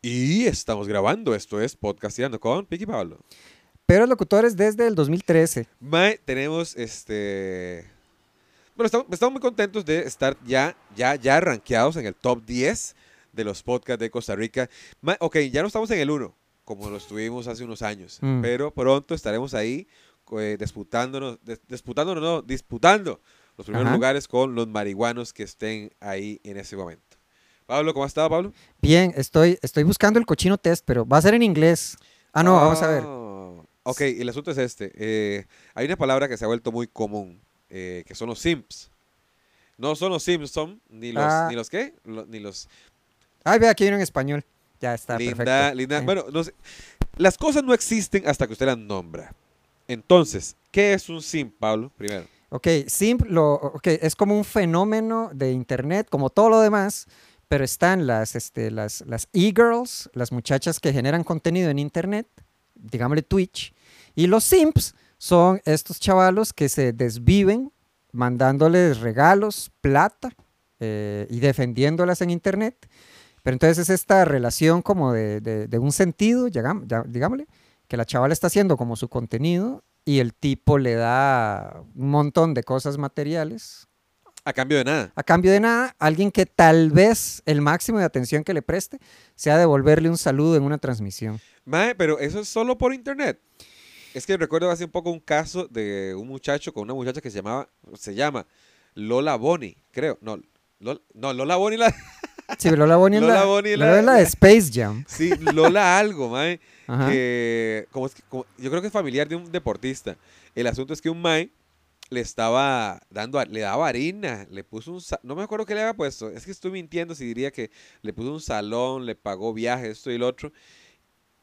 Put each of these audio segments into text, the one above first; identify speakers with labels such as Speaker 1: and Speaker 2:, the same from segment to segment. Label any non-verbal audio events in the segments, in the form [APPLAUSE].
Speaker 1: Y estamos grabando, esto es Podcastirando con Piqui Pablo.
Speaker 2: Pero locutores desde el 2013.
Speaker 1: Mae, tenemos este... Bueno, estamos, estamos muy contentos de estar ya, ya, ya rankeados en el top 10 de los podcasts de Costa Rica. Mae, ok, ya no estamos en el 1, como lo estuvimos hace unos años,
Speaker 2: Mm.
Speaker 1: pero pronto estaremos ahí eh, disputándonos, dis- disputándonos, no, disputando los primeros
Speaker 2: Ajá.
Speaker 1: lugares con los marihuanos que estén ahí en ese momento. Pablo, ¿cómo has estado, Pablo?
Speaker 2: Bien, estoy, estoy buscando el cochino test, pero va a ser en inglés. Ah, no, vamos a ver.
Speaker 1: Ah, Ok, el asunto es este. eh, hay una palabra que se ha vuelto muy común, eh, que son los simps. No son los Simpson, ni los,
Speaker 2: Ah.
Speaker 1: ni los qué, lo- ni los
Speaker 2: Ay, ve, aquí hay uno en español. Ya está,
Speaker 1: linda,
Speaker 2: perfecto.
Speaker 1: linda.
Speaker 2: Sí.
Speaker 1: Bueno, no sé. las cosas no existen hasta que usted las nombra. Entonces, ¿qué es un simp, Pablo? Primero.
Speaker 2: Ok, simp lo, ok, es como un fenómeno de internet, como todo lo demás, pero están las, este, las, las e-girls, las muchachas que generan contenido en internet, digámosle Twitch, y los simps son estos chavalos que se desviven mandándoles regalos, plata eh, y defendiéndolas en internet. Pero entonces es esta relación como de, de- de un sentido, llegam- ya- digámosle, que la chavala está haciendo como su contenido y el tipo le da un montón de cosas materiales.
Speaker 1: A cambio de nada.
Speaker 2: A cambio de nada, alguien que tal vez el máximo de atención que le preste sea devolverle un saludo en una transmisión.
Speaker 1: Mae, pero eso es solo por internet. Es que recuerdo hace un poco un caso de un muchacho con una muchacha que se llamaba, se llama Lola Bonnie, creo. No, Lol- no Lola Bonnie la,
Speaker 2: Sí, pero Lola
Speaker 1: [LAUGHS]
Speaker 2: Bonnie es
Speaker 1: Lola
Speaker 2: la,
Speaker 1: Bonnie es
Speaker 2: Lola
Speaker 1: la-
Speaker 2: es la de Space
Speaker 1: [LAUGHS]
Speaker 2: Jam.
Speaker 1: sí,
Speaker 2: [LAUGHS]
Speaker 1: Lola algo, mae,
Speaker 2: Ajá.
Speaker 1: que como es que- como- yo creo que es familiar de un deportista. El asunto es que un mae le estaba dando, a- le daba harina, le puso un, sa- no me acuerdo qué le había puesto, es que estoy mintiendo si diría que le puso un salón, le pagó viaje, esto y lo otro,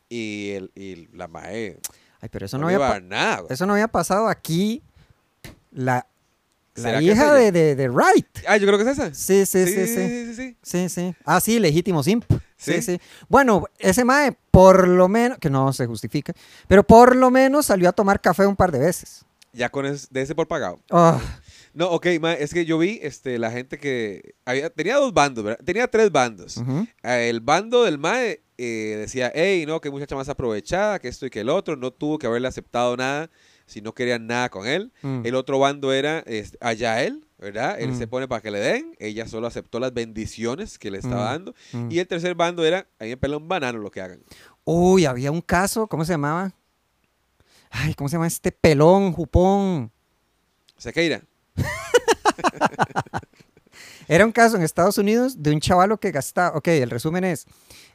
Speaker 1: y, el, y la mae
Speaker 2: Ay, pero eso
Speaker 1: no,
Speaker 2: no,
Speaker 1: le
Speaker 2: había
Speaker 1: iba a
Speaker 2: pa-
Speaker 1: dar nada. güey.
Speaker 2: eso no había pasado aquí. La, la
Speaker 1: ¿Será que es
Speaker 2: hija
Speaker 1: ella?
Speaker 2: de, de, de Wright.
Speaker 1: Ah, yo creo que es esa.
Speaker 2: Sí, sí, sí, sí.
Speaker 1: sí, sí.
Speaker 2: Sí, sí. Ah, sí, legítimo simp. Sí,
Speaker 1: ¿Sí?
Speaker 2: sí. Bueno, ese mae, por lo menos, que no se justifica, pero por lo menos salió a tomar café un par de veces.
Speaker 1: Ya con es- de ese por pagado.
Speaker 2: Ah,
Speaker 1: No, ok, ma, es que yo vi este, la gente que... Había, tenía dos bandos, ¿verdad? Tenía tres bandos.
Speaker 2: ujú.
Speaker 1: Ah, El bando del MAE eh, decía, hey, no, que muchacha más aprovechada, que esto y que el otro, no tuvo que haberle aceptado nada si no querían nada con él.
Speaker 2: Mm.
Speaker 1: El otro bando era este, a Yael, ¿verdad? Él se
Speaker 2: Mm.
Speaker 1: pone para que le den, ella solo aceptó las bendiciones que le estaba
Speaker 2: Mm.
Speaker 1: dando.
Speaker 2: Mm.
Speaker 1: Y el tercer bando era, ahí me pela un banano lo que hagan.
Speaker 2: Uy, había un caso, ¿cómo se llamaba? Ay, ¿cómo se llama este pelón, jupón?
Speaker 1: Sequeira.
Speaker 2: Era un caso en Estados Unidos de un chavalo que gastaba. Ok, el resumen es: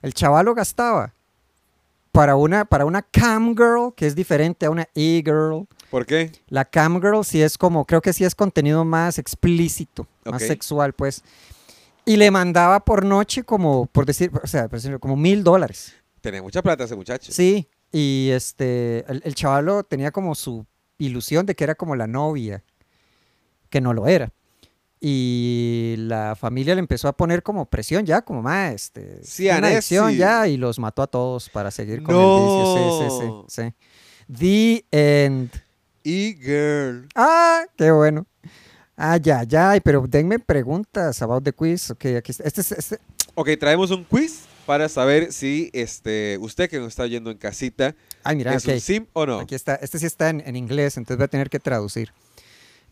Speaker 2: el chavalo gastaba para una, para una cam girl, que es diferente a una e-girl.
Speaker 1: ¿Por qué?
Speaker 2: La cam girl sí es como, creo que sí es contenido más explícito, más
Speaker 1: Ok.
Speaker 2: sexual, pues. Y le mandaba por noche como, por decir, o sea, por decirlo, como mil dólares.
Speaker 1: Tenía mucha plata ese muchacho.
Speaker 2: Sí, y este, el, el chavalo tenía como su ilusión de que era como la novia, que no lo era. Y la familia le empezó a poner como presión ya, como más, este,
Speaker 1: Sí,
Speaker 2: tiene una
Speaker 1: Anesi.
Speaker 2: adicción ya, y los mató a todos para seguir con el vicio.
Speaker 1: No.
Speaker 2: Sí, sí, sí, sí. The end.
Speaker 1: Y girl.
Speaker 2: Ah, qué bueno. Ah, ya, ya, pero denme preguntas about the quiz. Ok, aquí está. Este, es- este-
Speaker 1: Ok, traemos un quiz para saber si este, usted que nos está oyendo en casita
Speaker 2: Ay, mira,
Speaker 1: es
Speaker 2: ok.
Speaker 1: un sim o no.
Speaker 2: Aquí está. Este sí está en, en inglés, entonces voy a tener que traducir.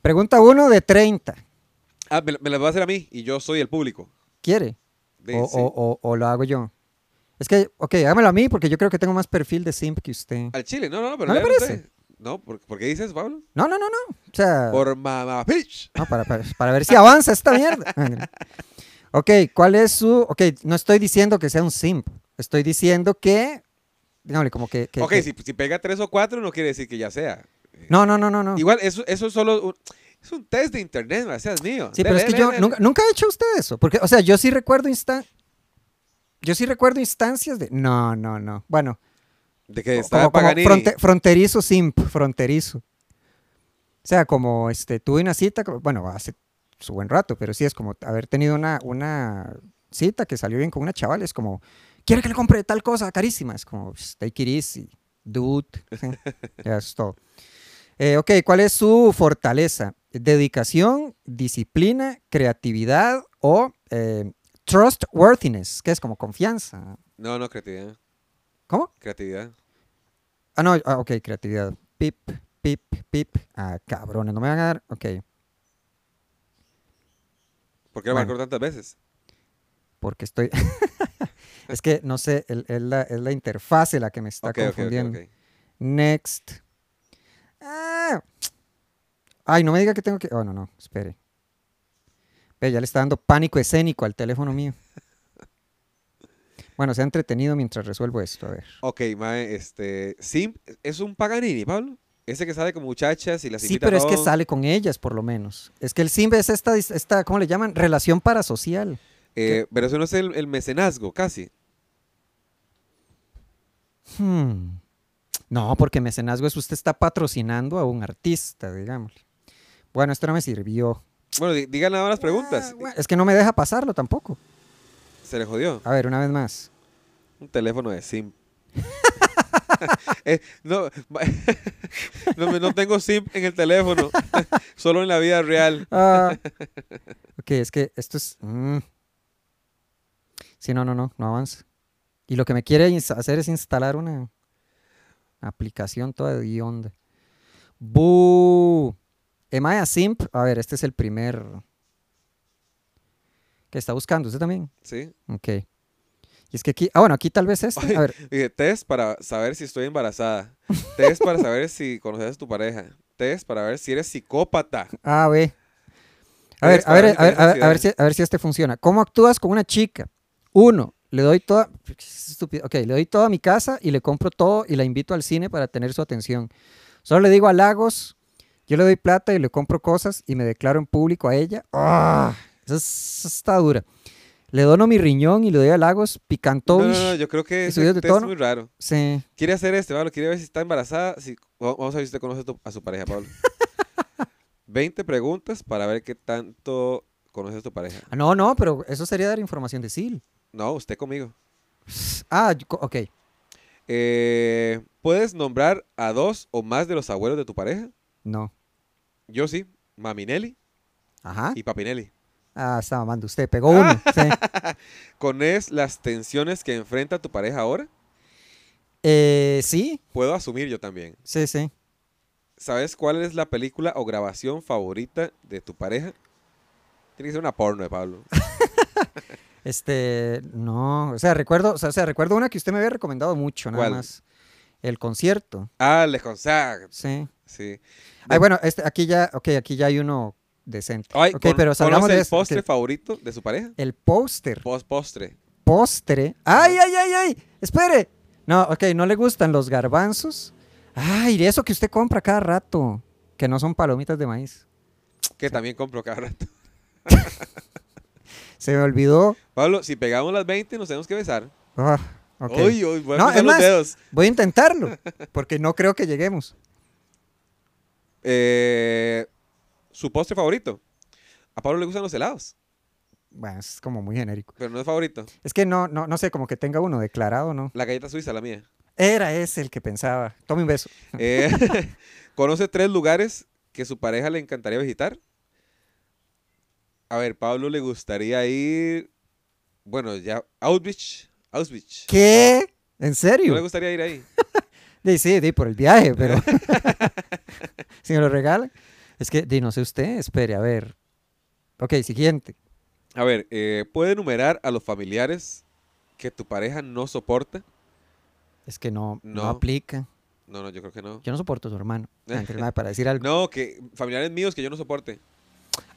Speaker 2: Pregunta 1 de 30.
Speaker 1: Ah, me, la- me las va a hacer a mí y yo soy el público.
Speaker 2: ¿Quiere?
Speaker 1: De-
Speaker 2: o,
Speaker 1: sí.
Speaker 2: o- o- o lo hago yo? Es que, ok, hágamelo a mí porque yo creo que tengo más perfil de simp que usted.
Speaker 1: Al chile, no, no, no, pero
Speaker 2: ¿No le
Speaker 1: léalo
Speaker 2: parece? Ah.
Speaker 1: usted. No, ¿por, por qué dices, Pablo?
Speaker 2: No, no, no, no. O sea,
Speaker 1: Por mamá pitch.
Speaker 2: no, para, para- para ver si avanza esta
Speaker 1: [LAUGHS]
Speaker 2: mierda. ok, ¿cuál es su...? Ok, no estoy diciendo que sea un simp. Estoy diciendo que... Dígame, como que... que-
Speaker 1: Ok,
Speaker 2: que-
Speaker 1: si, si pega tres o cuatro no quiere decir que ya sea.
Speaker 2: No, no, no, no, no.
Speaker 1: Igual, eso, eso es solo un, es un test de internet, no seas mío.
Speaker 2: Sí, pero
Speaker 1: Dele,
Speaker 2: es que
Speaker 1: dele,
Speaker 2: yo
Speaker 1: dele.
Speaker 2: nunca, nunca he hecho usted eso. Porque, o sea, yo sí recuerdo instan... Yo sí recuerdo instancias de... No, no, no. Bueno,
Speaker 1: De que estaba
Speaker 2: como, como
Speaker 1: Paganini.
Speaker 2: fronte- fronterizo simp, fronterizo. O sea, como este, tuve una cita, como- bueno, hace su buen rato, pero sí es como haber tenido una, una cita que salió bien con una chaval, es como, quiere que le compre tal cosa carísima, es como, "Psh, take it easy, dude, [LAUGHS] Sí, ya es todo. Eh, ok, ¿cuál es su fortaleza? Dedicación, disciplina, creatividad o eh, trustworthiness, que es como confianza.
Speaker 1: No, no, creatividad.
Speaker 2: ¿Cómo?
Speaker 1: Creatividad.
Speaker 2: Ah, no, ah, ok, creatividad. Pip, pip, pip. Ah, cabrones, no me van a dar. Ok,
Speaker 1: ¿Por qué la
Speaker 2: Bueno.
Speaker 1: marcó tantas veces?
Speaker 2: porque estoy. [LAUGHS] es que no sé, el- es la, es la interfase la que me está
Speaker 1: Ok, ok, ok,
Speaker 2: confundiendo.
Speaker 1: ok.
Speaker 2: Next. Ah. Ay, no me diga que tengo que. Oh, no, no, espere. Ve, ya le está dando pánico escénico al teléfono mío. Bueno, se ha entretenido mientras resuelvo esto, a ver.
Speaker 1: Ok, mae, este. Sim es un Paganini, Pablo. Ese que sale con muchachas y las
Speaker 2: Sí,
Speaker 1: invita a
Speaker 2: pero es que
Speaker 1: todo.
Speaker 2: sale con ellas, por lo menos. Es que el simbe es esta, dis- esta ¿cómo le llaman? Relación parasocial.
Speaker 1: Eh, pero eso no es el, el mecenazgo, casi.
Speaker 2: Hmm. No, porque mecenazgo es usted está patrocinando a un artista, digámosle. Bueno, esto no me sirvió.
Speaker 1: Bueno, di- digan ahora las preguntas.
Speaker 2: Ah, bueno, Es que no me deja pasarlo tampoco.
Speaker 1: Se le jodió.
Speaker 2: A ver, una vez más.
Speaker 1: Un teléfono de Sim. [LAUGHS] Eh, no, ma- [LAUGHS] no, me- no tengo Sim en el teléfono. [LAUGHS] Solo en la vida real. [LAUGHS]
Speaker 2: Ah. ok, es que esto es. mm. Sí, no, no, no, no avanza. Y lo que me quiere ins- hacer es instalar una aplicación toda de onda. ¡Bu! Am I a simp? A ver, este es el primer. que está buscando? ¿Usted también?
Speaker 1: ¿Sí?
Speaker 2: Ok. Y es que aquí. Ah, bueno, aquí tal vez este. A ver,
Speaker 1: Dije, test para saber si estoy embarazada. Test para saber si conoces a tu pareja. Test para ver si eres psicópata.
Speaker 2: A, B. A ver,
Speaker 1: Es
Speaker 2: a ver,
Speaker 1: para
Speaker 2: a ver,
Speaker 1: mí
Speaker 2: a ver, a ver
Speaker 1: tener
Speaker 2: si, a ver si este funciona. ¿Cómo actúas con una chica? Uno, le doy toda. Estúpido. Ok, le doy toda mi casa y le compro todo y la invito al cine para tener su atención. Solo le digo halagos, yo le doy plata y le compro cosas y me declaro en público a ella. ¡Ah! Esa es- esa está dura. Le dono mi riñón y le doy halagos
Speaker 1: No, no,
Speaker 2: picantovish.
Speaker 1: no, yo creo que
Speaker 2: y
Speaker 1: ese
Speaker 2: subidos de
Speaker 1: test es
Speaker 2: tono.
Speaker 1: muy raro.
Speaker 2: Sí.
Speaker 1: Quiere hacer este, Pablo. Quiere ver si está embarazada. Si, va- vamos a ver si usted conoce a, tu- a su pareja, Pablo. [LAUGHS] 20 preguntas para ver qué tanto conoces a tu pareja.
Speaker 2: Ah, No, no, pero eso sería dar información de SIL.
Speaker 1: No, usted conmigo.
Speaker 2: Ah, yo co- ok.
Speaker 1: Eh, ¿Puedes nombrar a dos o más de los abuelos de tu pareja?
Speaker 2: No.
Speaker 1: Yo sí. Maminelli
Speaker 2: Ajá.
Speaker 1: y Papinelli.
Speaker 2: Ah, está mamando usted.
Speaker 1: [LAUGHS]
Speaker 2: Pegó uno. Sí.
Speaker 1: ¿Conoces las tensiones que enfrenta tu pareja ahora?
Speaker 2: Eh, sí,
Speaker 1: Puedo asumir yo también.
Speaker 2: sí, sí.
Speaker 1: ¿Sabes cuál es la película o grabación favorita de tu pareja? Tiene que ser una porno de
Speaker 2: [LAUGHS]
Speaker 1: Pablo.
Speaker 2: Este, no, o sea, recuerdo, o sea, o sea, recuerdo una que usted me había recomendado mucho, nada
Speaker 1: ¿Cuál?
Speaker 2: más. El concierto,
Speaker 1: Ah, Le Consag.
Speaker 2: sí.
Speaker 1: Sí.
Speaker 2: Ay, bueno, este, aquí ya, ok, aquí ya hay uno decente.
Speaker 1: Ay,
Speaker 2: ok,
Speaker 1: con-
Speaker 2: pero salgamos
Speaker 1: ¿conoce
Speaker 2: de
Speaker 1: el
Speaker 2: eso, ok.
Speaker 1: postre favorito de su pareja?
Speaker 2: El póster,
Speaker 1: Post postre.
Speaker 2: postre. ¡Ay, ay, ay, ay! ¡Espere! No, ok, no le gustan los garbanzos. Ay, de eso que usted compra cada rato, que no son palomitas de maíz.
Speaker 1: Que también compro cada rato.
Speaker 2: Se me olvidó.
Speaker 1: Pablo, si pegamos las 20, nos tenemos que besar.
Speaker 2: Ah, ok.
Speaker 1: Uy, uy, voy a
Speaker 2: No,
Speaker 1: cruzar
Speaker 2: es
Speaker 1: los
Speaker 2: más-
Speaker 1: dedos.
Speaker 2: Voy a intentarlo, porque no creo que lleguemos.
Speaker 1: Eh, su postre favorito. A Pablo le gustan los helados,
Speaker 2: Bueno, es como muy genérico.
Speaker 1: pero no es favorito.
Speaker 2: Es que no, no, no sé, como que tenga uno declarado, ¿no?
Speaker 1: La galleta suiza, la
Speaker 2: [LAUGHS]
Speaker 1: mía.
Speaker 2: Era ese el que pensaba. Tome un beso.
Speaker 1: Eh, [LAUGHS] ¿Conoce tres lugares que su pareja le encantaría visitar? A ver, Pablo le gustaría ir. Bueno, ya. Auschwitz. Auschwitz. Ah,
Speaker 2: ¿Qué? ¿En
Speaker 1: No le
Speaker 2: serio?
Speaker 1: gustaría ir ahí.
Speaker 2: Di, sí, di por el
Speaker 1: [LAUGHS]
Speaker 2: viaje, pero. [LAUGHS] si me lo regalan. Es que, di, no sé usted, espere, a ver. Ok, siguiente.
Speaker 1: A ver, eh, ¿puede enumerar a los familiares que tu pareja no soporta?
Speaker 2: Es que no, no.
Speaker 1: No.
Speaker 2: aplica.
Speaker 1: No, no, yo creo que no.
Speaker 2: Yo no soporto a
Speaker 1: [LAUGHS]
Speaker 2: su hermano. Mentira, madre, Para decir algo.
Speaker 1: No, que familiares míos que yo no soporte.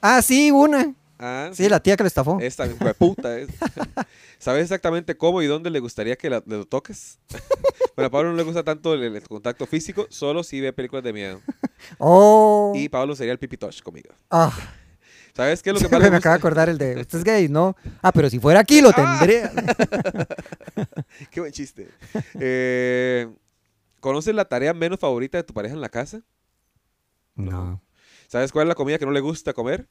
Speaker 2: Ah, sí, una.
Speaker 1: [LAUGHS] Ah,
Speaker 2: Sí, la tía que lo estafó.
Speaker 1: Esta hijo de puta. es. [LAUGHS] ¿Sabes exactamente cómo y dónde le gustaría que la- le lo toques? [LAUGHS] Bueno, a Pablo no le gusta tanto el, el contacto físico, solo si ve películas de miedo.
Speaker 2: Oh.
Speaker 1: Y Pablo sería el pipitosh conmigo.
Speaker 2: Ah,
Speaker 1: ¿Sabes qué es lo
Speaker 2: [LAUGHS]
Speaker 1: que más
Speaker 2: me
Speaker 1: le [LAUGHS]
Speaker 2: acaba
Speaker 1: gusta?
Speaker 2: de acordar el de. Usted es gay, ¿no? Ah, pero si fuera aquí lo
Speaker 1: Ah.
Speaker 2: tendría. [LAUGHS]
Speaker 1: Qué buen chiste. Eh, ¿Conoces la tarea menos favorita de tu pareja en la casa? [LAUGHS]
Speaker 2: No.
Speaker 1: ¿Sabes cuál es la comida que no le gusta comer?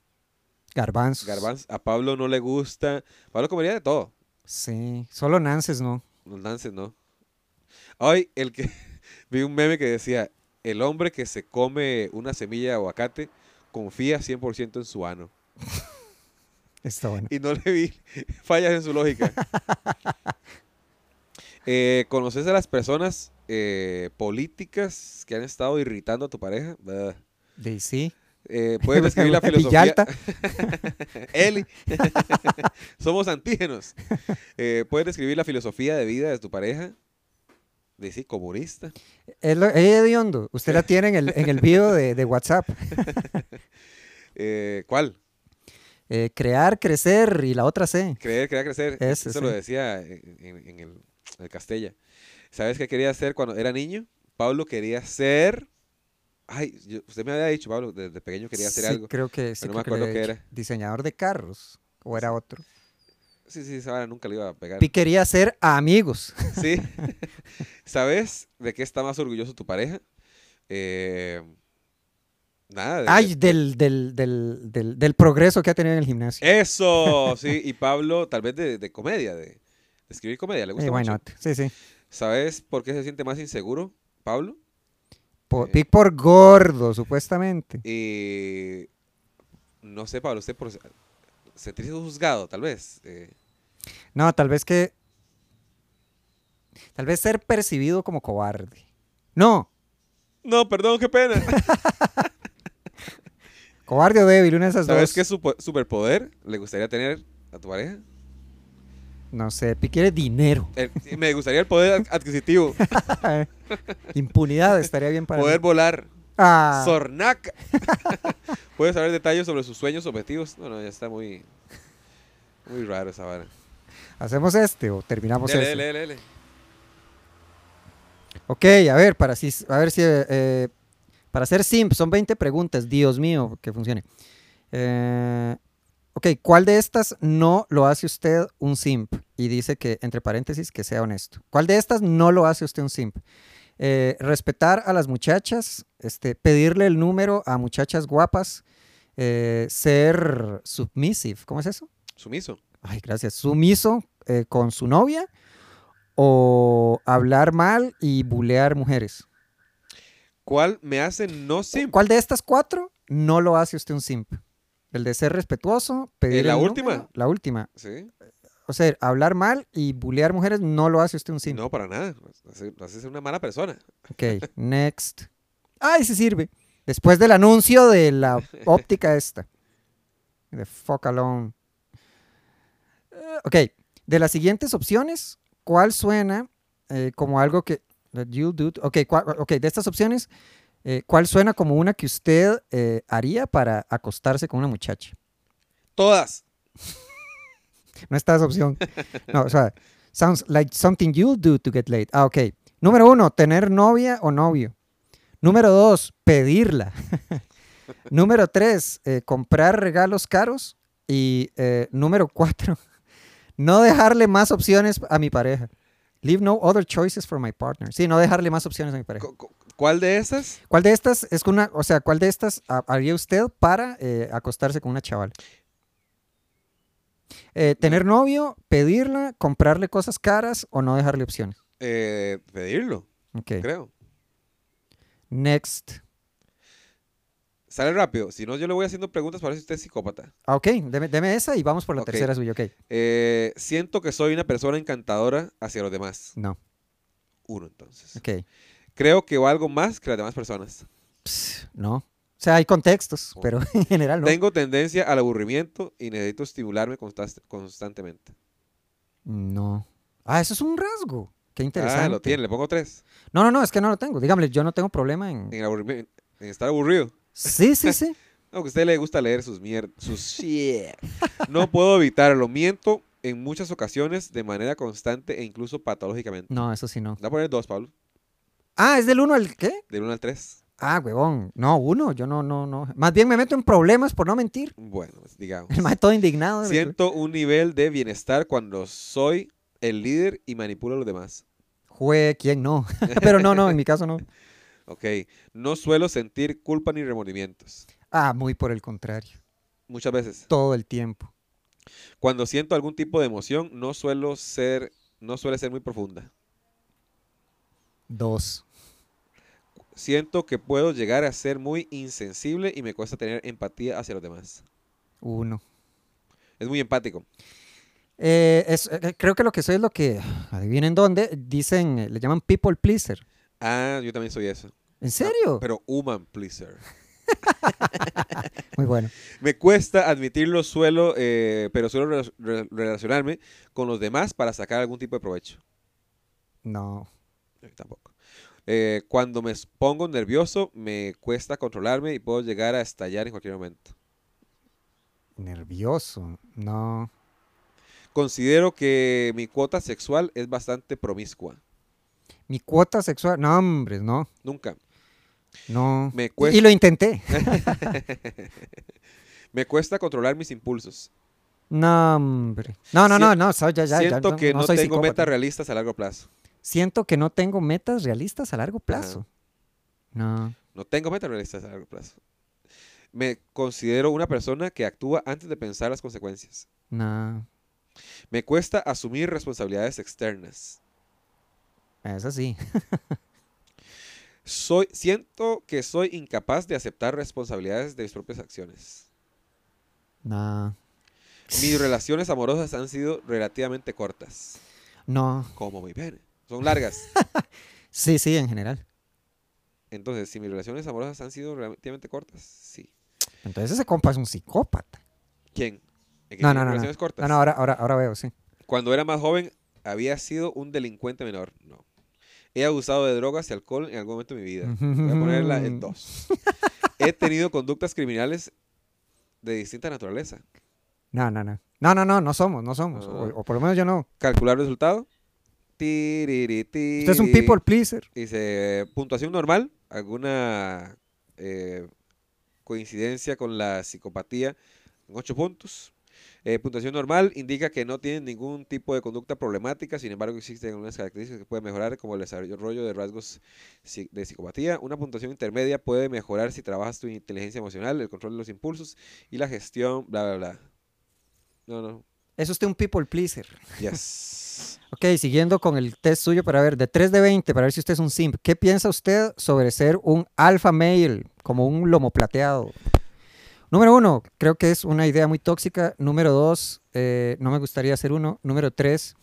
Speaker 2: Garbanzos.
Speaker 1: Garbanz. A Pablo no le gusta. Pablo comería de todo.
Speaker 2: Sí, solo Nances, ¿no?
Speaker 1: Los lances, ¿no? Ay, el que. [LAUGHS] Vi un meme que decía: el hombre que se come una semilla de aguacate confía 100% en su ano.
Speaker 2: Está bueno.
Speaker 1: [LAUGHS] Y no le vi fallas en su lógica. Eh, ¿Conoces a las personas eh, políticas que han estado irritando a tu pareja? Bah.
Speaker 2: De sí. [LAUGHS]
Speaker 1: Eh, puedes describir la filosofía. eh,
Speaker 2: Villalta.
Speaker 1: Eli. [LAUGHS] Somos antígenos. Eh, puedes describir la filosofía de vida de tu pareja. De sí, comunista.
Speaker 2: Es lo- es hediondo. Usted la tiene en el, en el video de, de WhatsApp.
Speaker 1: Eh, ¿Cuál?
Speaker 2: Eh, crear, crecer y la otra C.
Speaker 1: Creer, creer, crecer.
Speaker 2: Ese,
Speaker 1: Eso lo
Speaker 2: sí.
Speaker 1: decía en, en- en el, en el Castella. ¿Sabes qué quería hacer cuando era niño? Pablo quería ser. Ay, yo- usted me había dicho, Pablo, desde pequeño quería hacer
Speaker 2: Sí,
Speaker 1: algo.
Speaker 2: Creo que sí.
Speaker 1: pero no me
Speaker 2: creo
Speaker 1: acuerdo
Speaker 2: le había
Speaker 1: qué
Speaker 2: dicho.
Speaker 1: era.
Speaker 2: Diseñador de carros. O era otro.
Speaker 1: Sí, sí, esa vara nunca le iba a pegar.
Speaker 2: Pi quería ser
Speaker 1: [LAUGHS]
Speaker 2: amigos. [LAUGHS]
Speaker 1: Sí. ¿Sabes de qué está más orgulloso tu pareja? Eh, nada. de-
Speaker 2: Ay, del, del, del, del, del progreso que ha tenido en el
Speaker 1: Eh,
Speaker 2: gimnasio.
Speaker 1: Eso, sí. Y Pablo, tal vez de, de comedia, de, de escribir comedia, le gusta
Speaker 2: Eh, why
Speaker 1: mucho.
Speaker 2: not? Sí, sí.
Speaker 1: ¿Sabes por qué se siente más inseguro, Pablo?
Speaker 2: Por,
Speaker 1: Eh.
Speaker 2: Pic por gordo, supuestamente.
Speaker 1: Eh, no sé, Pablo, usted por se- sentirse juzgado, tal vez. eh,
Speaker 2: No, tal vez que. Tal vez ser percibido como cobarde. No,
Speaker 1: no, perdón, qué [LAUGHS] pena.
Speaker 2: cobarde o débil, una de esas
Speaker 1: ¿Sabes
Speaker 2: dos.
Speaker 1: qué supo- superpoder le gustaría tener a tu pareja?
Speaker 2: No sé, Pic quiere dinero.
Speaker 1: El- me gustaría el poder ad- adquisitivo,
Speaker 2: Impunidad estaría bien [LAUGHS] para.
Speaker 1: poder
Speaker 2: mí.
Speaker 1: volar.
Speaker 2: Ah, [LAUGHS]
Speaker 1: Sornac. Puedes saber detalles sobre sus sueños, objetivos. No, no, ya está muy. Muy raro esa vara.
Speaker 2: hacemos este o terminamos
Speaker 1: Dele,
Speaker 2: ese.
Speaker 1: dele, dele, dele.
Speaker 2: Ok, a ver, para, si, a ver si. eh, para ser simp, son 20 preguntas. Dios mío, que funcione. Eh, ok, ¿cuál de estas no lo hace usted un simp? Y dice que, entre paréntesis, que sea honesto. ¿Cuál de estas no lo hace usted un simp? Eh, respetar a las muchachas, este, pedirle el número a muchachas guapas, eh, ser submissive, ¿cómo es eso?
Speaker 1: Sumiso.
Speaker 2: Ay, gracias. Sumiso eh, con su novia o hablar mal y bulear mujeres.
Speaker 1: ¿Cuál me hace no simp?
Speaker 2: ¿Cuál de estas cuatro no lo hace usted un simp? El de ser respetuoso, pedir.
Speaker 1: Eh, la
Speaker 2: el
Speaker 1: última.
Speaker 2: número, la última.
Speaker 1: ¿Sí?
Speaker 2: O sea, hablar mal y bulear mujeres no lo hace usted un simp.
Speaker 1: No, para nada. Hace- Hace ser una mala persona.
Speaker 2: Ok, next. Ay, sí sirve. Después del anuncio de la óptica esta. The fuck alone. Eh, ok, de las siguientes opciones, ¿cuál suena eh, como algo que... that you do to- ok, cua- ok, de estas opciones, eh, ¿cuál suena como una que usted eh, haría para acostarse con una muchacha?
Speaker 1: Todas.
Speaker 2: No está esa opción. No, o sea, sounds like something you'll do to get laid. Ah, ok. Número uno, tener novia o novio. Número dos, pedirla. [LAUGHS] número tres, eh, comprar regalos caros. Y eh, número cuatro, [LAUGHS] no dejarle más opciones a mi pareja. Leave no other choices for my partner. Sí, no dejarle más opciones a mi pareja.
Speaker 1: Cu- cu- ¿Cuál de esas?
Speaker 2: ¿Cuál de estas es una, o sea, cuál de estas ha- haría usted para eh, acostarse con una chaval? Eh, tener novio, pedirla, comprarle cosas caras o no dejarle opciones.
Speaker 1: Eh, pedirlo,
Speaker 2: Ok.
Speaker 1: creo.
Speaker 2: Next.
Speaker 1: Sale rápido. Si no, yo le voy haciendo preguntas para ver si usted es psicópata.
Speaker 2: Ah, ok, deme, deme esa y vamos por la
Speaker 1: Ok.
Speaker 2: tercera suya. Ok.
Speaker 1: Eh, siento que soy una persona encantadora hacia los demás.
Speaker 2: No.
Speaker 1: Uno, entonces.
Speaker 2: Ok.
Speaker 1: Creo que valgo más que las demás personas.
Speaker 2: Ps, no. O sea, hay contextos,
Speaker 1: Oh.
Speaker 2: pero [LAUGHS] en general no.
Speaker 1: Tengo tendencia al aburrimiento y necesito estimularme constast- constantemente. Ah,
Speaker 2: No. Ah, eso es un rasgo. Qué interesante.
Speaker 1: Ah, lo tiene, le pongo tres.
Speaker 2: No, no, no, es que no lo tengo. Dígame, yo no tengo problema en.
Speaker 1: En, el aburrimi- en estar aburrido.
Speaker 2: Sí,
Speaker 1: [LAUGHS]
Speaker 2: sí, sí.
Speaker 1: Aunque a usted le gusta leer sus mierdas.
Speaker 2: [LAUGHS]
Speaker 1: Sus shit. No puedo evitarlo. Miento en muchas ocasiones de manera constante e incluso patológicamente.
Speaker 2: No, eso sí no.
Speaker 1: Voy a poner dos, Pablo.
Speaker 2: Ah, es del 1 al qué?
Speaker 1: Del uno al tres.
Speaker 2: Ah, huevón. No, uno, yo no, no, no. Más bien me meto en problemas por no mentir. [LAUGHS]
Speaker 1: Bueno, pues, digamos.
Speaker 2: El mae todo indignado.
Speaker 1: Siento un nivel de bienestar cuando soy el líder y manipulo a los demás.
Speaker 2: Jue, ¿quién no? [LAUGHS] Pero no, no, en mi caso no.
Speaker 1: [LAUGHS] Ok. No suelo sentir culpa ni remordimientos.
Speaker 2: Ah, muy por el contrario.
Speaker 1: Muchas veces.
Speaker 2: Todo el tiempo.
Speaker 1: Cuando siento algún tipo de emoción, no suelo ser, no suele ser muy profunda.
Speaker 2: Dos.
Speaker 1: Siento que puedo llegar a ser muy insensible y me cuesta tener empatía hacia los demás.
Speaker 2: Uno.
Speaker 1: Es muy empático.
Speaker 2: Eh, es- eh, creo que lo que soy es lo que, adivinen dónde, dicen, eh, le llaman people pleaser.
Speaker 1: Ah, yo también soy eso.
Speaker 2: ¿En serio?
Speaker 1: Pero human pleaser.
Speaker 2: Muy bueno.
Speaker 1: Me cuesta admitirlo, suelo, eh, pero suelo re- re- relacionarme con los demás para sacar algún tipo de provecho.
Speaker 2: No.
Speaker 1: Eh, Tampoco. Eh, cuando me s- pongo nervioso, me cuesta controlarme y puedo llegar a estallar en cualquier momento.
Speaker 2: Nervioso. No.
Speaker 1: Considero que mi cuota sexual es bastante promiscua.
Speaker 2: Mi cuota sexual. No, hombre, no.
Speaker 1: Nunca.
Speaker 2: No.
Speaker 1: Me
Speaker 2: Y
Speaker 1: cuesta,
Speaker 2: lo intenté.
Speaker 1: me cuesta controlar mis impulsos.
Speaker 2: No, hombre. No, no,
Speaker 1: Sien-
Speaker 2: no, no. so- ya, ya, ya,
Speaker 1: Siento
Speaker 2: no-
Speaker 1: que
Speaker 2: no
Speaker 1: no,
Speaker 2: soy
Speaker 1: tengo metas
Speaker 2: psicópata.
Speaker 1: realistas a largo plazo.
Speaker 2: Siento que no tengo metas realistas a largo plazo. No.
Speaker 1: No tengo metas realistas a largo plazo. Me considero una persona que actúa antes de pensar las consecuencias.
Speaker 2: No.
Speaker 1: Me cuesta asumir responsabilidades externas.
Speaker 2: Eso sí. [LAUGHS]
Speaker 1: Soy, siento que soy incapaz de aceptar responsabilidades de mis propias acciones.
Speaker 2: No.
Speaker 1: Mis relaciones amorosas han sido relativamente cortas.
Speaker 2: No.
Speaker 1: Como muy bien. Son largas.
Speaker 2: Sí, sí, en general.
Speaker 1: Entonces, si mis relaciones amorosas han sido relativamente cortas, sí.
Speaker 2: Entonces ese compa es un psicópata.
Speaker 1: ¿Quién? ¿El que tiene
Speaker 2: No, no, no, no.
Speaker 1: relaciones cortas?
Speaker 2: No, no, ahora, ahora, ahora veo, sí.
Speaker 1: Cuando era más joven, había sido un delincuente menor. No. He abusado de drogas y alcohol en algún momento de mi vida. Voy a ponerla en
Speaker 2: [LAUGHS]
Speaker 1: dos. He tenido conductas criminales de distinta naturaleza.
Speaker 2: No, no, no. No, no, no, no somos, no somos. O,
Speaker 1: No.
Speaker 2: o por lo menos yo no.
Speaker 1: Calcular resultado. Tiriri,
Speaker 2: Usted es un
Speaker 1: tiri.
Speaker 2: people pleaser.
Speaker 1: Dice, puntuación normal, alguna eh, coincidencia con la psicopatía en 8 puntos. Eh, puntuación normal indica que no tienen ningún tipo de conducta problemática, sin embargo existen algunas características que pueden mejorar, como el desarrollo de rasgos psi- de psicopatía. Una puntuación intermedia puede mejorar si trabajas tu inteligencia emocional, el control de los impulsos y la gestión, bla, bla, bla. No, no.
Speaker 2: Es usted un people pleaser.
Speaker 1: Yes.
Speaker 2: Ok, siguiendo con el test suyo para ver, de 3 de 20, para ver si usted es un simp. ¿Qué piensa usted sobre ser un alfa male, como un lomo plateado? Número uno, creo que es una idea muy tóxica. Número dos, eh, no me gustaría ser uno. Número tres,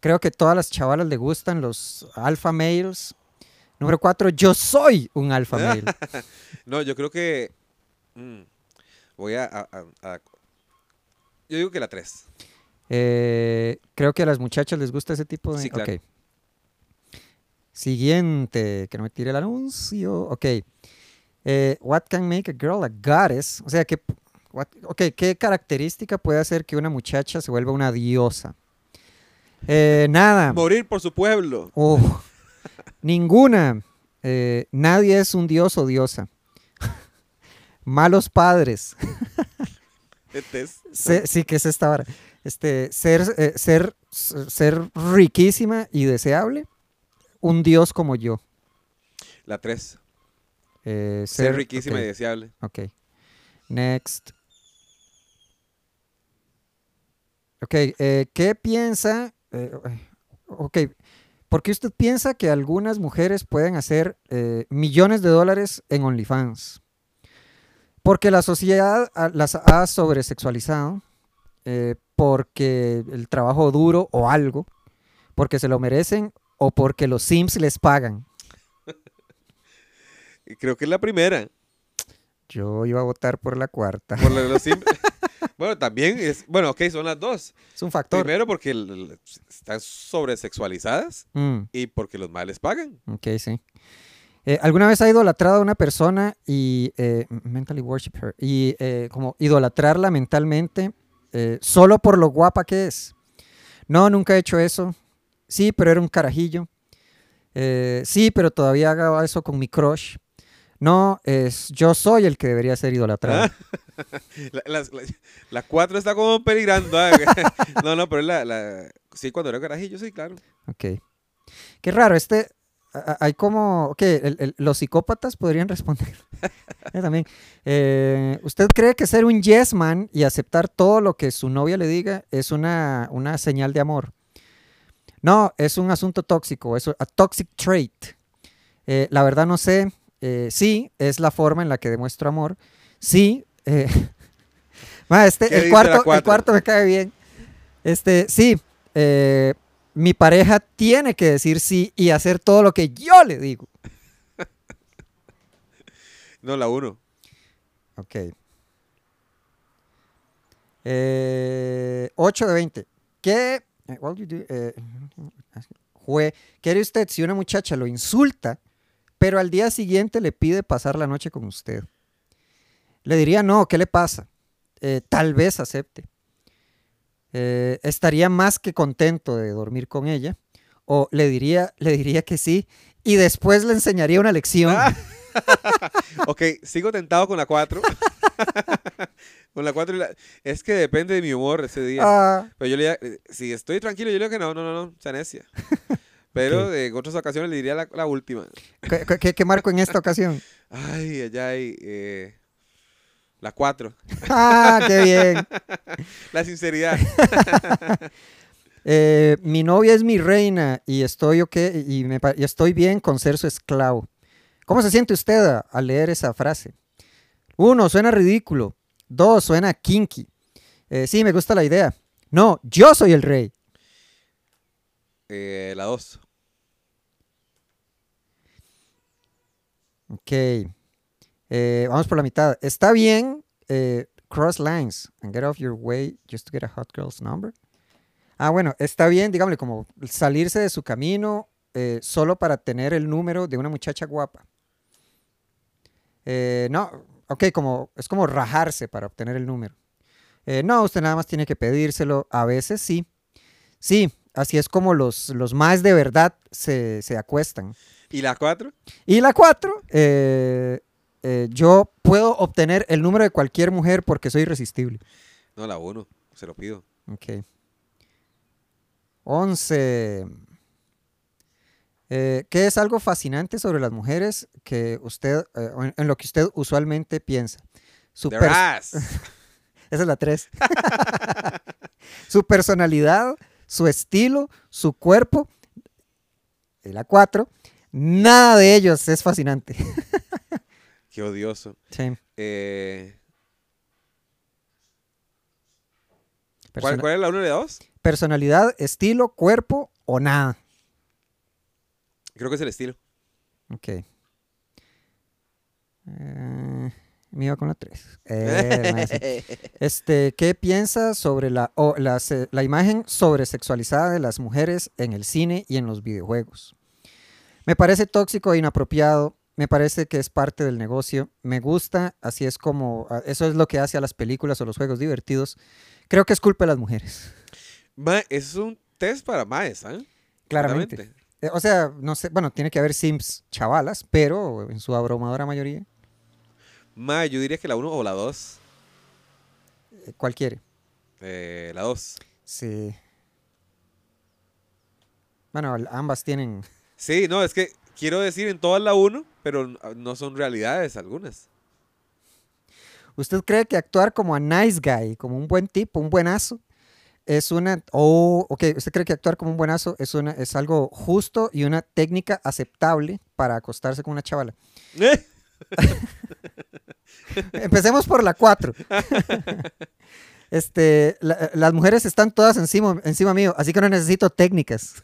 Speaker 2: creo que todas las chavalas le gustan los alfa males. Número cuatro, yo soy un alfa male.
Speaker 1: No, yo creo que. mm, voy a, a- a- a- Yo digo que la 3.
Speaker 2: Eh, creo que a las muchachas les gusta ese tipo de...
Speaker 1: Sí, claro.
Speaker 2: ok. Siguiente, que no me tire el anuncio. Ok. Eh, what can make a girl a goddess? O sea, que, what- ok, ¿qué característica puede hacer que una muchacha se vuelva una diosa? Eh, nada.
Speaker 1: Morir por su pueblo.
Speaker 2: Uf. ninguna. Eh, nadie es un dios o diosa. [LAUGHS] Malos padres.
Speaker 1: Este es-
Speaker 2: Se- sí, que es esta vara. Este, ser, eh, ser, ser ser riquísima y deseable, un dios como yo.
Speaker 1: La 3.
Speaker 2: Eh,
Speaker 1: Ser, riquísima
Speaker 2: ok,
Speaker 1: y deseable.
Speaker 2: Ok. Next. Ok, eh, ¿qué piensa? eh, ok, ¿por qué usted piensa que algunas mujeres pueden hacer eh, millones de dólares en OnlyFans? Porque la sociedad ah, las ha sobresexualizado, eh, porque el trabajo duro o algo, porque se lo merecen o porque los Sims les pagan.
Speaker 1: Y Creo que es la primera.
Speaker 2: Yo iba a votar por la cuarta.
Speaker 1: Por lo de los [LAUGHS] sim- bueno, también es. Bueno, ok, son las dos.
Speaker 2: Es un factor.
Speaker 1: Primero porque el- el- están sobresexualizadas
Speaker 2: Mm.
Speaker 1: y porque los males pagan.
Speaker 2: Ok, sí. Eh, ¿Alguna vez ha idolatrado a una persona y eh, mentally worship her? Y eh, como idolatrarla mentalmente eh, solo por lo guapa que es. No, nunca he hecho eso. Sí, pero era un carajillo. Eh, sí, pero todavía hago eso con mi crush. No, es, yo soy el que debería ser idolatrado.
Speaker 1: La, las- la- la cuatro está como peligrando. [LAUGHS] ah. no, no, pero la, la- Sí, cuando era carajillo, sí, claro.
Speaker 2: Ok. Qué raro, este. a- a- Hay como. Ok, el- el- los psicópatas podrían responder. Yo también. Eh, ¿Usted cree que ser un yes man y aceptar todo lo que su novia le diga es una, una señal de amor? No, es un asunto tóxico, es a toxic trait. Eh, la verdad no sé. Eh, sí, es la forma en la que demuestro amor. Sí. eh, [LAUGHS] Ma, este,
Speaker 1: ¿Qué
Speaker 2: el,
Speaker 1: dice la
Speaker 2: cuarto, el
Speaker 1: cuatro?
Speaker 2: cuarto me cae bien. Este, sí, eh, mi pareja tiene que decir sí y hacer todo lo que yo le digo.
Speaker 1: No, la uno.
Speaker 2: Ok. Eh, 8 de 20. ¿Qué, eh, what would you do, eh, jue- ¿Qué haría usted si una muchacha lo insulta, pero al día siguiente le pide pasar la noche con usted? Le diría, no, ¿qué le pasa? Eh, tal vez acepte. Eh, estaría más que contento de dormir con ella. O le diría, le diría que sí. Y después le enseñaría una lección.
Speaker 1: Ok, sigo tentado con la
Speaker 2: [LAUGHS]
Speaker 1: 4. con la 4 Es que depende de mi humor ese día.
Speaker 2: Ah,
Speaker 1: Pero yo le diría, eh, si estoy tranquilo, yo le digo que no, no, no, no, sea necia.
Speaker 2: [LAUGHS]
Speaker 1: Pero de otras ocasiones le diría la, la última.
Speaker 2: ¿qué- qué- qué marco en esta ocasión?
Speaker 1: Ay, allá hay eh, la 4.
Speaker 2: ¡Ah, qué bien!
Speaker 1: La
Speaker 2: [LAUGHS]
Speaker 1: sinceridad.
Speaker 2: Eh, mi novia es mi reina y estoy, ok- y me pa- y estoy bien con ser su esclavo. ¿Cómo se siente usted a- al leer esa frase? Uno, suena ridículo. Dos, suena kinky. Eh, sí, me gusta la idea. No, yo soy el rey.
Speaker 1: Eh, la 2.
Speaker 2: Ok. Eh, vamos por la mitad. Está bien, eh, cross lines and get off your way just to get a hot girl's number. Ah, bueno, está bien, digámosle, como salirse de su camino eh, solo para tener el número de una muchacha guapa. Eh, no, ok, como, es como rajarse para obtener el número. Eh, no, usted nada más tiene que pedírselo. A veces sí. Sí, así es como los, los más de verdad se, se acuestan.
Speaker 1: ¿Y la 4?
Speaker 2: Y la cuatro, eh, eh, yo puedo obtener el número de cualquier mujer porque soy irresistible.
Speaker 1: No, la 1. Se lo pido.
Speaker 2: Ok. 11. Eh, ¿Qué es algo fascinante sobre las mujeres que usted, eh, en, en lo que usted usualmente piensa? Su
Speaker 1: Their
Speaker 2: pers- [LAUGHS]
Speaker 1: ass.
Speaker 2: Esa es la 3. [LAUGHS] su personalidad, su estilo, su cuerpo. Y la 4. Nada de ellos es fascinante. [LAUGHS]
Speaker 1: Qué odioso.
Speaker 2: Sí,
Speaker 1: Eh, ¿cuál,
Speaker 2: persona-
Speaker 1: cuál es la 1 y la 2?
Speaker 2: personalidad, estilo, cuerpo o nada.
Speaker 1: Creo que es el estilo.
Speaker 2: Ok. Eh, me iba con la 3. Eh,
Speaker 1: [LAUGHS]
Speaker 2: este, ¿Qué piensas sobre la, o la, se- la imagen sobresexualizada de las mujeres en el cine y en los videojuegos? Me parece tóxico e inapropiado. Me parece que es parte del negocio. Me gusta, así es como, a- eso es lo que hace a las películas o los juegos divertidos. Creo que es culpa de las mujeres,
Speaker 1: Ma, es un test para maes, ¿eh?
Speaker 2: claramente.
Speaker 1: Totalmente.
Speaker 2: Eh, O sea, no sé, bueno, tiene que haber Sims chavalas, pero en su abrumadora mayoría,
Speaker 1: Ma, yo diría que la 1 o la 2.
Speaker 2: eh, cualquiera.
Speaker 1: Eh, la 2.
Speaker 2: Sí. Bueno, al- ambas tienen. [LAUGHS]
Speaker 1: Sí, no, es que quiero decir en todas la 1, pero n- ah, no son realidades algunas.
Speaker 2: ¿Usted cree que actuar como a nice guy, como un buen tipo, un buenazo, es una. Oh, ok, ¿usted cree que actuar como un buenazo es, una, es algo justo y una técnica aceptable para acostarse con una chavala?
Speaker 1: Eh,
Speaker 2: Empecemos por la 4. Este, la- las mujeres están todas encima, encima mío, así que no necesito técnicas.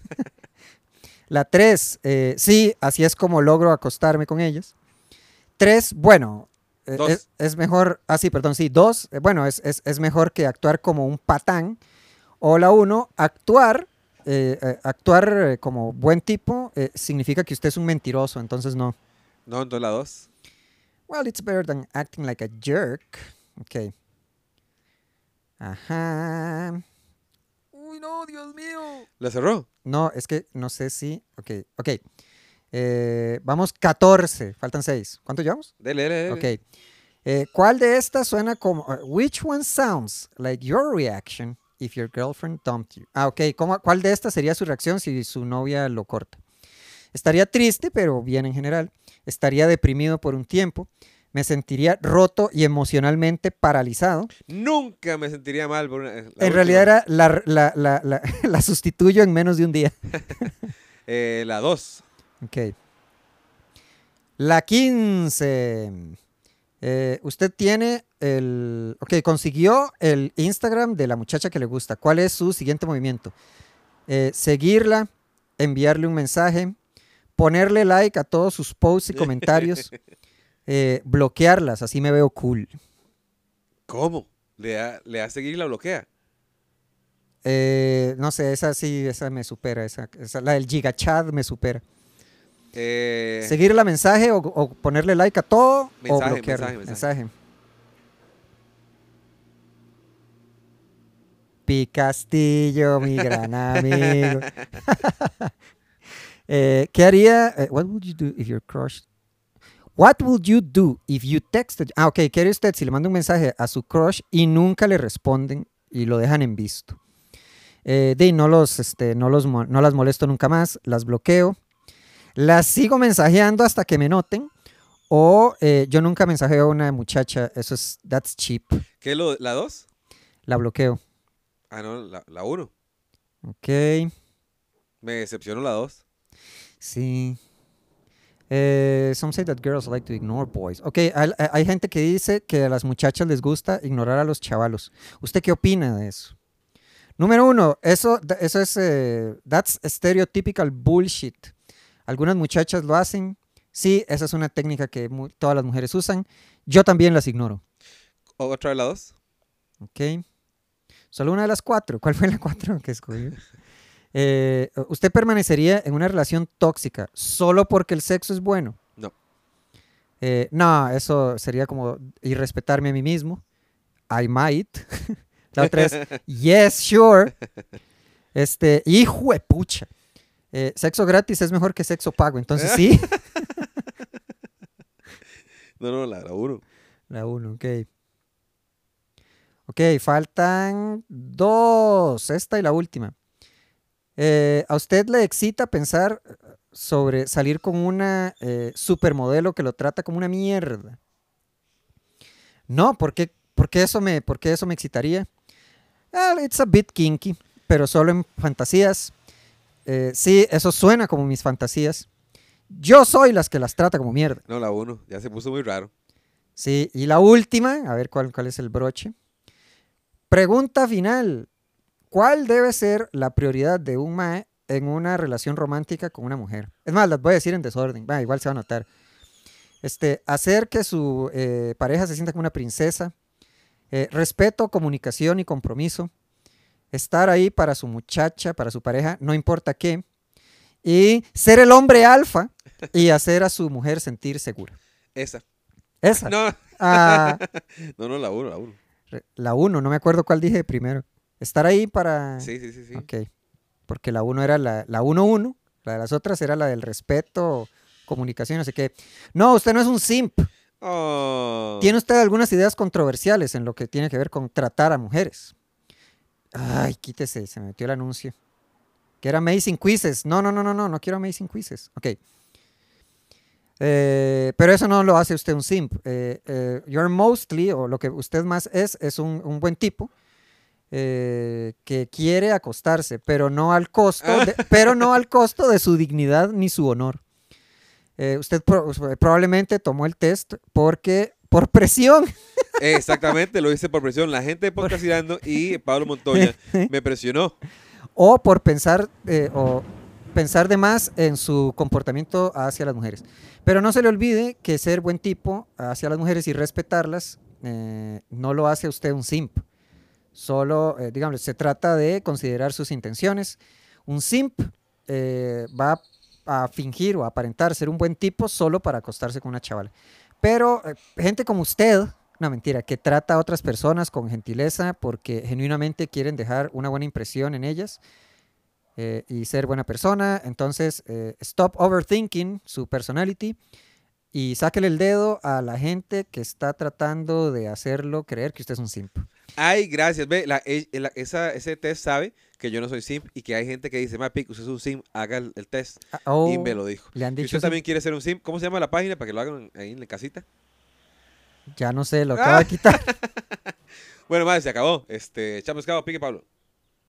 Speaker 2: La 3, sí, así es como logro acostarme con ellas. 3, bueno, eh,
Speaker 1: Dos.
Speaker 2: es, es mejor, ah sí, perdón, sí, 2, bueno, es, es- es mejor que actuar como un patán. O la 1, actuar, eh, eh, actuar eh, como buen tipo eh, significa que usted es un mentiroso, entonces no.
Speaker 1: No, entonces la 2.
Speaker 2: Well, it's better than acting like a jerk. Ok. Ajá. Uy, no, Dios mío.
Speaker 1: La cerró.
Speaker 2: No, es que no sé si. Ok, ok. Eh, vamos, 14. Faltan 6. ¿Cuánto llevamos?
Speaker 1: Dele, dele, dele.
Speaker 2: Ok. Eh, ¿Cuál de estas suena como. uh, Which one sounds like your reaction if your girlfriend dumped you? Ah, ok. ¿Cómo- ¿Cuál de estas sería su reacción si su novia lo corta? Estaría triste, pero bien en general. Estaría deprimido por un tiempo. Me sentiría roto y emocionalmente paralizado.
Speaker 1: Nunca me sentiría mal por una. eh, la
Speaker 2: en
Speaker 1: última.
Speaker 2: realidad era la, la- la- la- [LAUGHS] la sustituyo en menos de un día.
Speaker 1: Eh, la 2.
Speaker 2: Ok. La 15. Eh, usted tiene el. Ok, consiguió el Instagram de la muchacha que le gusta. ¿Cuál es su siguiente movimiento? Eh, seguirla, enviarle un mensaje, ponerle like a todos sus posts y comentarios, eh, bloquearlas, así me veo cool.
Speaker 1: ¿Cómo? ¿Le da, le da seguir y la bloquea?
Speaker 2: Eh, no sé, esa sí, esa me supera, esa, esa- la del gigachad me supera.
Speaker 1: Eh,
Speaker 2: Seguirle la mensaje o, o ponerle like a todo
Speaker 1: Mensaje,
Speaker 2: o bloquearla.
Speaker 1: mensaje,
Speaker 2: Mensaje,
Speaker 1: mensaje.
Speaker 2: Pi Castillo, mi gran amigo. [LAUGHS] Eh, ¿Qué haría? eh, what would you do if your crush? What would you do if you texted? Ah, ok, ¿qué haría usted si le manda un mensaje a su crush y nunca le responden y lo dejan en visto? Eh, de, no, los, este, no, los, mo- no las molesto nunca más, las bloqueo las sigo mensajeando hasta que me noten. O eh, yo nunca mensajeo a una muchacha, eso es, that's cheap,
Speaker 1: ¿Qué es lo, la 2?
Speaker 2: la bloqueo.
Speaker 1: Ah, no, la- la 1.
Speaker 2: Ok,
Speaker 1: Me decepcionó la 2.
Speaker 2: sí. Eh, some say that girls like to ignore boys. Ok, hay, hay gente que dice que a las muchachas les gusta ignorar a los chavalos. ¿Usted qué opina de eso? Número uno, eso, eso es, eh, that's stereotypical bullshit. Algunas muchachas lo hacen. Sí, esa es una técnica que mu- todas las mujeres usan. Yo también las ignoro.
Speaker 1: ¿Otra vez la 2?
Speaker 2: Ok. Solo una de las cuatro. ¿Cuál fue la cuatro que escogió? Eh, ¿Usted permanecería en una relación tóxica solo porque el sexo es bueno?
Speaker 1: No.
Speaker 2: Eh, no, eso sería como irrespetarme a mí mismo. I might. [LAUGHS] la otra es, yes, sure. Este, hijo de pucha. Eh, sexo gratis es mejor que sexo pago. Entonces sí.
Speaker 1: No, no, la 1.
Speaker 2: La 1, ok. Ok, faltan dos, esta y la última. Eh, ¿A usted le excita pensar eh, sobre salir con una eh, supermodelo que lo trata como una mierda? No, ¿por qué, por qué eso, me, por qué eso me excitaría? Ah, it's a bit kinky, pero solo en fantasías. Eh, sí, eso suena como mis fantasías. Yo soy las que las trata como mierda.
Speaker 1: No, la 1. Ya se puso muy raro.
Speaker 2: Sí, y la última, a ver cuál, cuál es el broche. Pregunta final. ¿Cuál debe ser la prioridad de un mae en una relación romántica con una mujer? Es más, las voy a decir en desorden, va, igual se va a notar. Este, hacer que su eh, pareja se sienta como una princesa. Eh, respeto, comunicación y compromiso. Estar ahí para su muchacha, para su pareja, no importa qué. Y ser el hombre alfa y hacer a su mujer sentir segura. [LAUGHS]
Speaker 1: Esa.
Speaker 2: Esa.
Speaker 1: No,
Speaker 2: Ah,
Speaker 1: no, no, la 1, la 1.
Speaker 2: Re- La 1, no me acuerdo cuál dije primero. Estar ahí para...
Speaker 1: Sí, sí, sí, sí.
Speaker 2: Ah, Ok. Porque la 1 era la 1-1, la, 1-1, la de las otras era la del respeto, comunicación, no sé qué. No, usted no es un simp.
Speaker 1: Oh.
Speaker 2: Tiene usted algunas ideas controversiales en lo que tiene que ver con tratar a mujeres. Ay, quítese, se me metió el anuncio. Que era Amazing Quizzes. No, no, no, no, no, no quiero Amazing Quizzes. Ok. Eh, pero eso no lo hace usted un simp. Eh, eh, you're mostly, o lo que usted más es, es un, un buen tipo eh, que quiere acostarse, pero no al costo, de- pero no al costo de su dignidad ni su honor. Eh, usted pro- probablemente tomó el test porque por presión. [LAUGHS]
Speaker 1: Exactamente, lo hice por presión. La gente de Podcast Irando y Pablo
Speaker 2: [LAUGHS]
Speaker 1: Montoya me presionó.
Speaker 2: o por pensar eh, o pensar de más en su comportamiento hacia las mujeres. Pero no se le olvide que ser buen tipo hacia las mujeres y respetarlas eh, no lo hace usted un simp. Solo, eh, digamos, se trata de considerar sus intenciones. Un simp eh, va a fingir o a aparentar ser un buen tipo solo para acostarse con una chavala. Pero eh, gente como usted, no mentira, que trata a otras personas con gentileza porque genuinamente quieren dejar una buena impresión en ellas eh, y ser buena persona. Entonces, eh, stop overthinking su personality y sáquele el dedo a la gente que está tratando de hacerlo creer que usted es un simp.
Speaker 1: Ay, gracias. Ve, la- e- la- esa, ese test sabe que yo no soy simp y que hay gente que dice, Mapic, usted es un simp, haga el, el test.
Speaker 2: Ah, oh,
Speaker 1: Y me lo dijo.
Speaker 2: le han
Speaker 1: Si
Speaker 2: dicho
Speaker 1: usted
Speaker 2: eso.
Speaker 1: también quiere ser un simp, ¿cómo se llama la página para que lo hagan ahí en la casita? [LAUGHS]
Speaker 2: Ya no sé, lo acaba de quitar.
Speaker 1: Bueno, madre, se acabó. Este, chamo escabo, pique Pablo.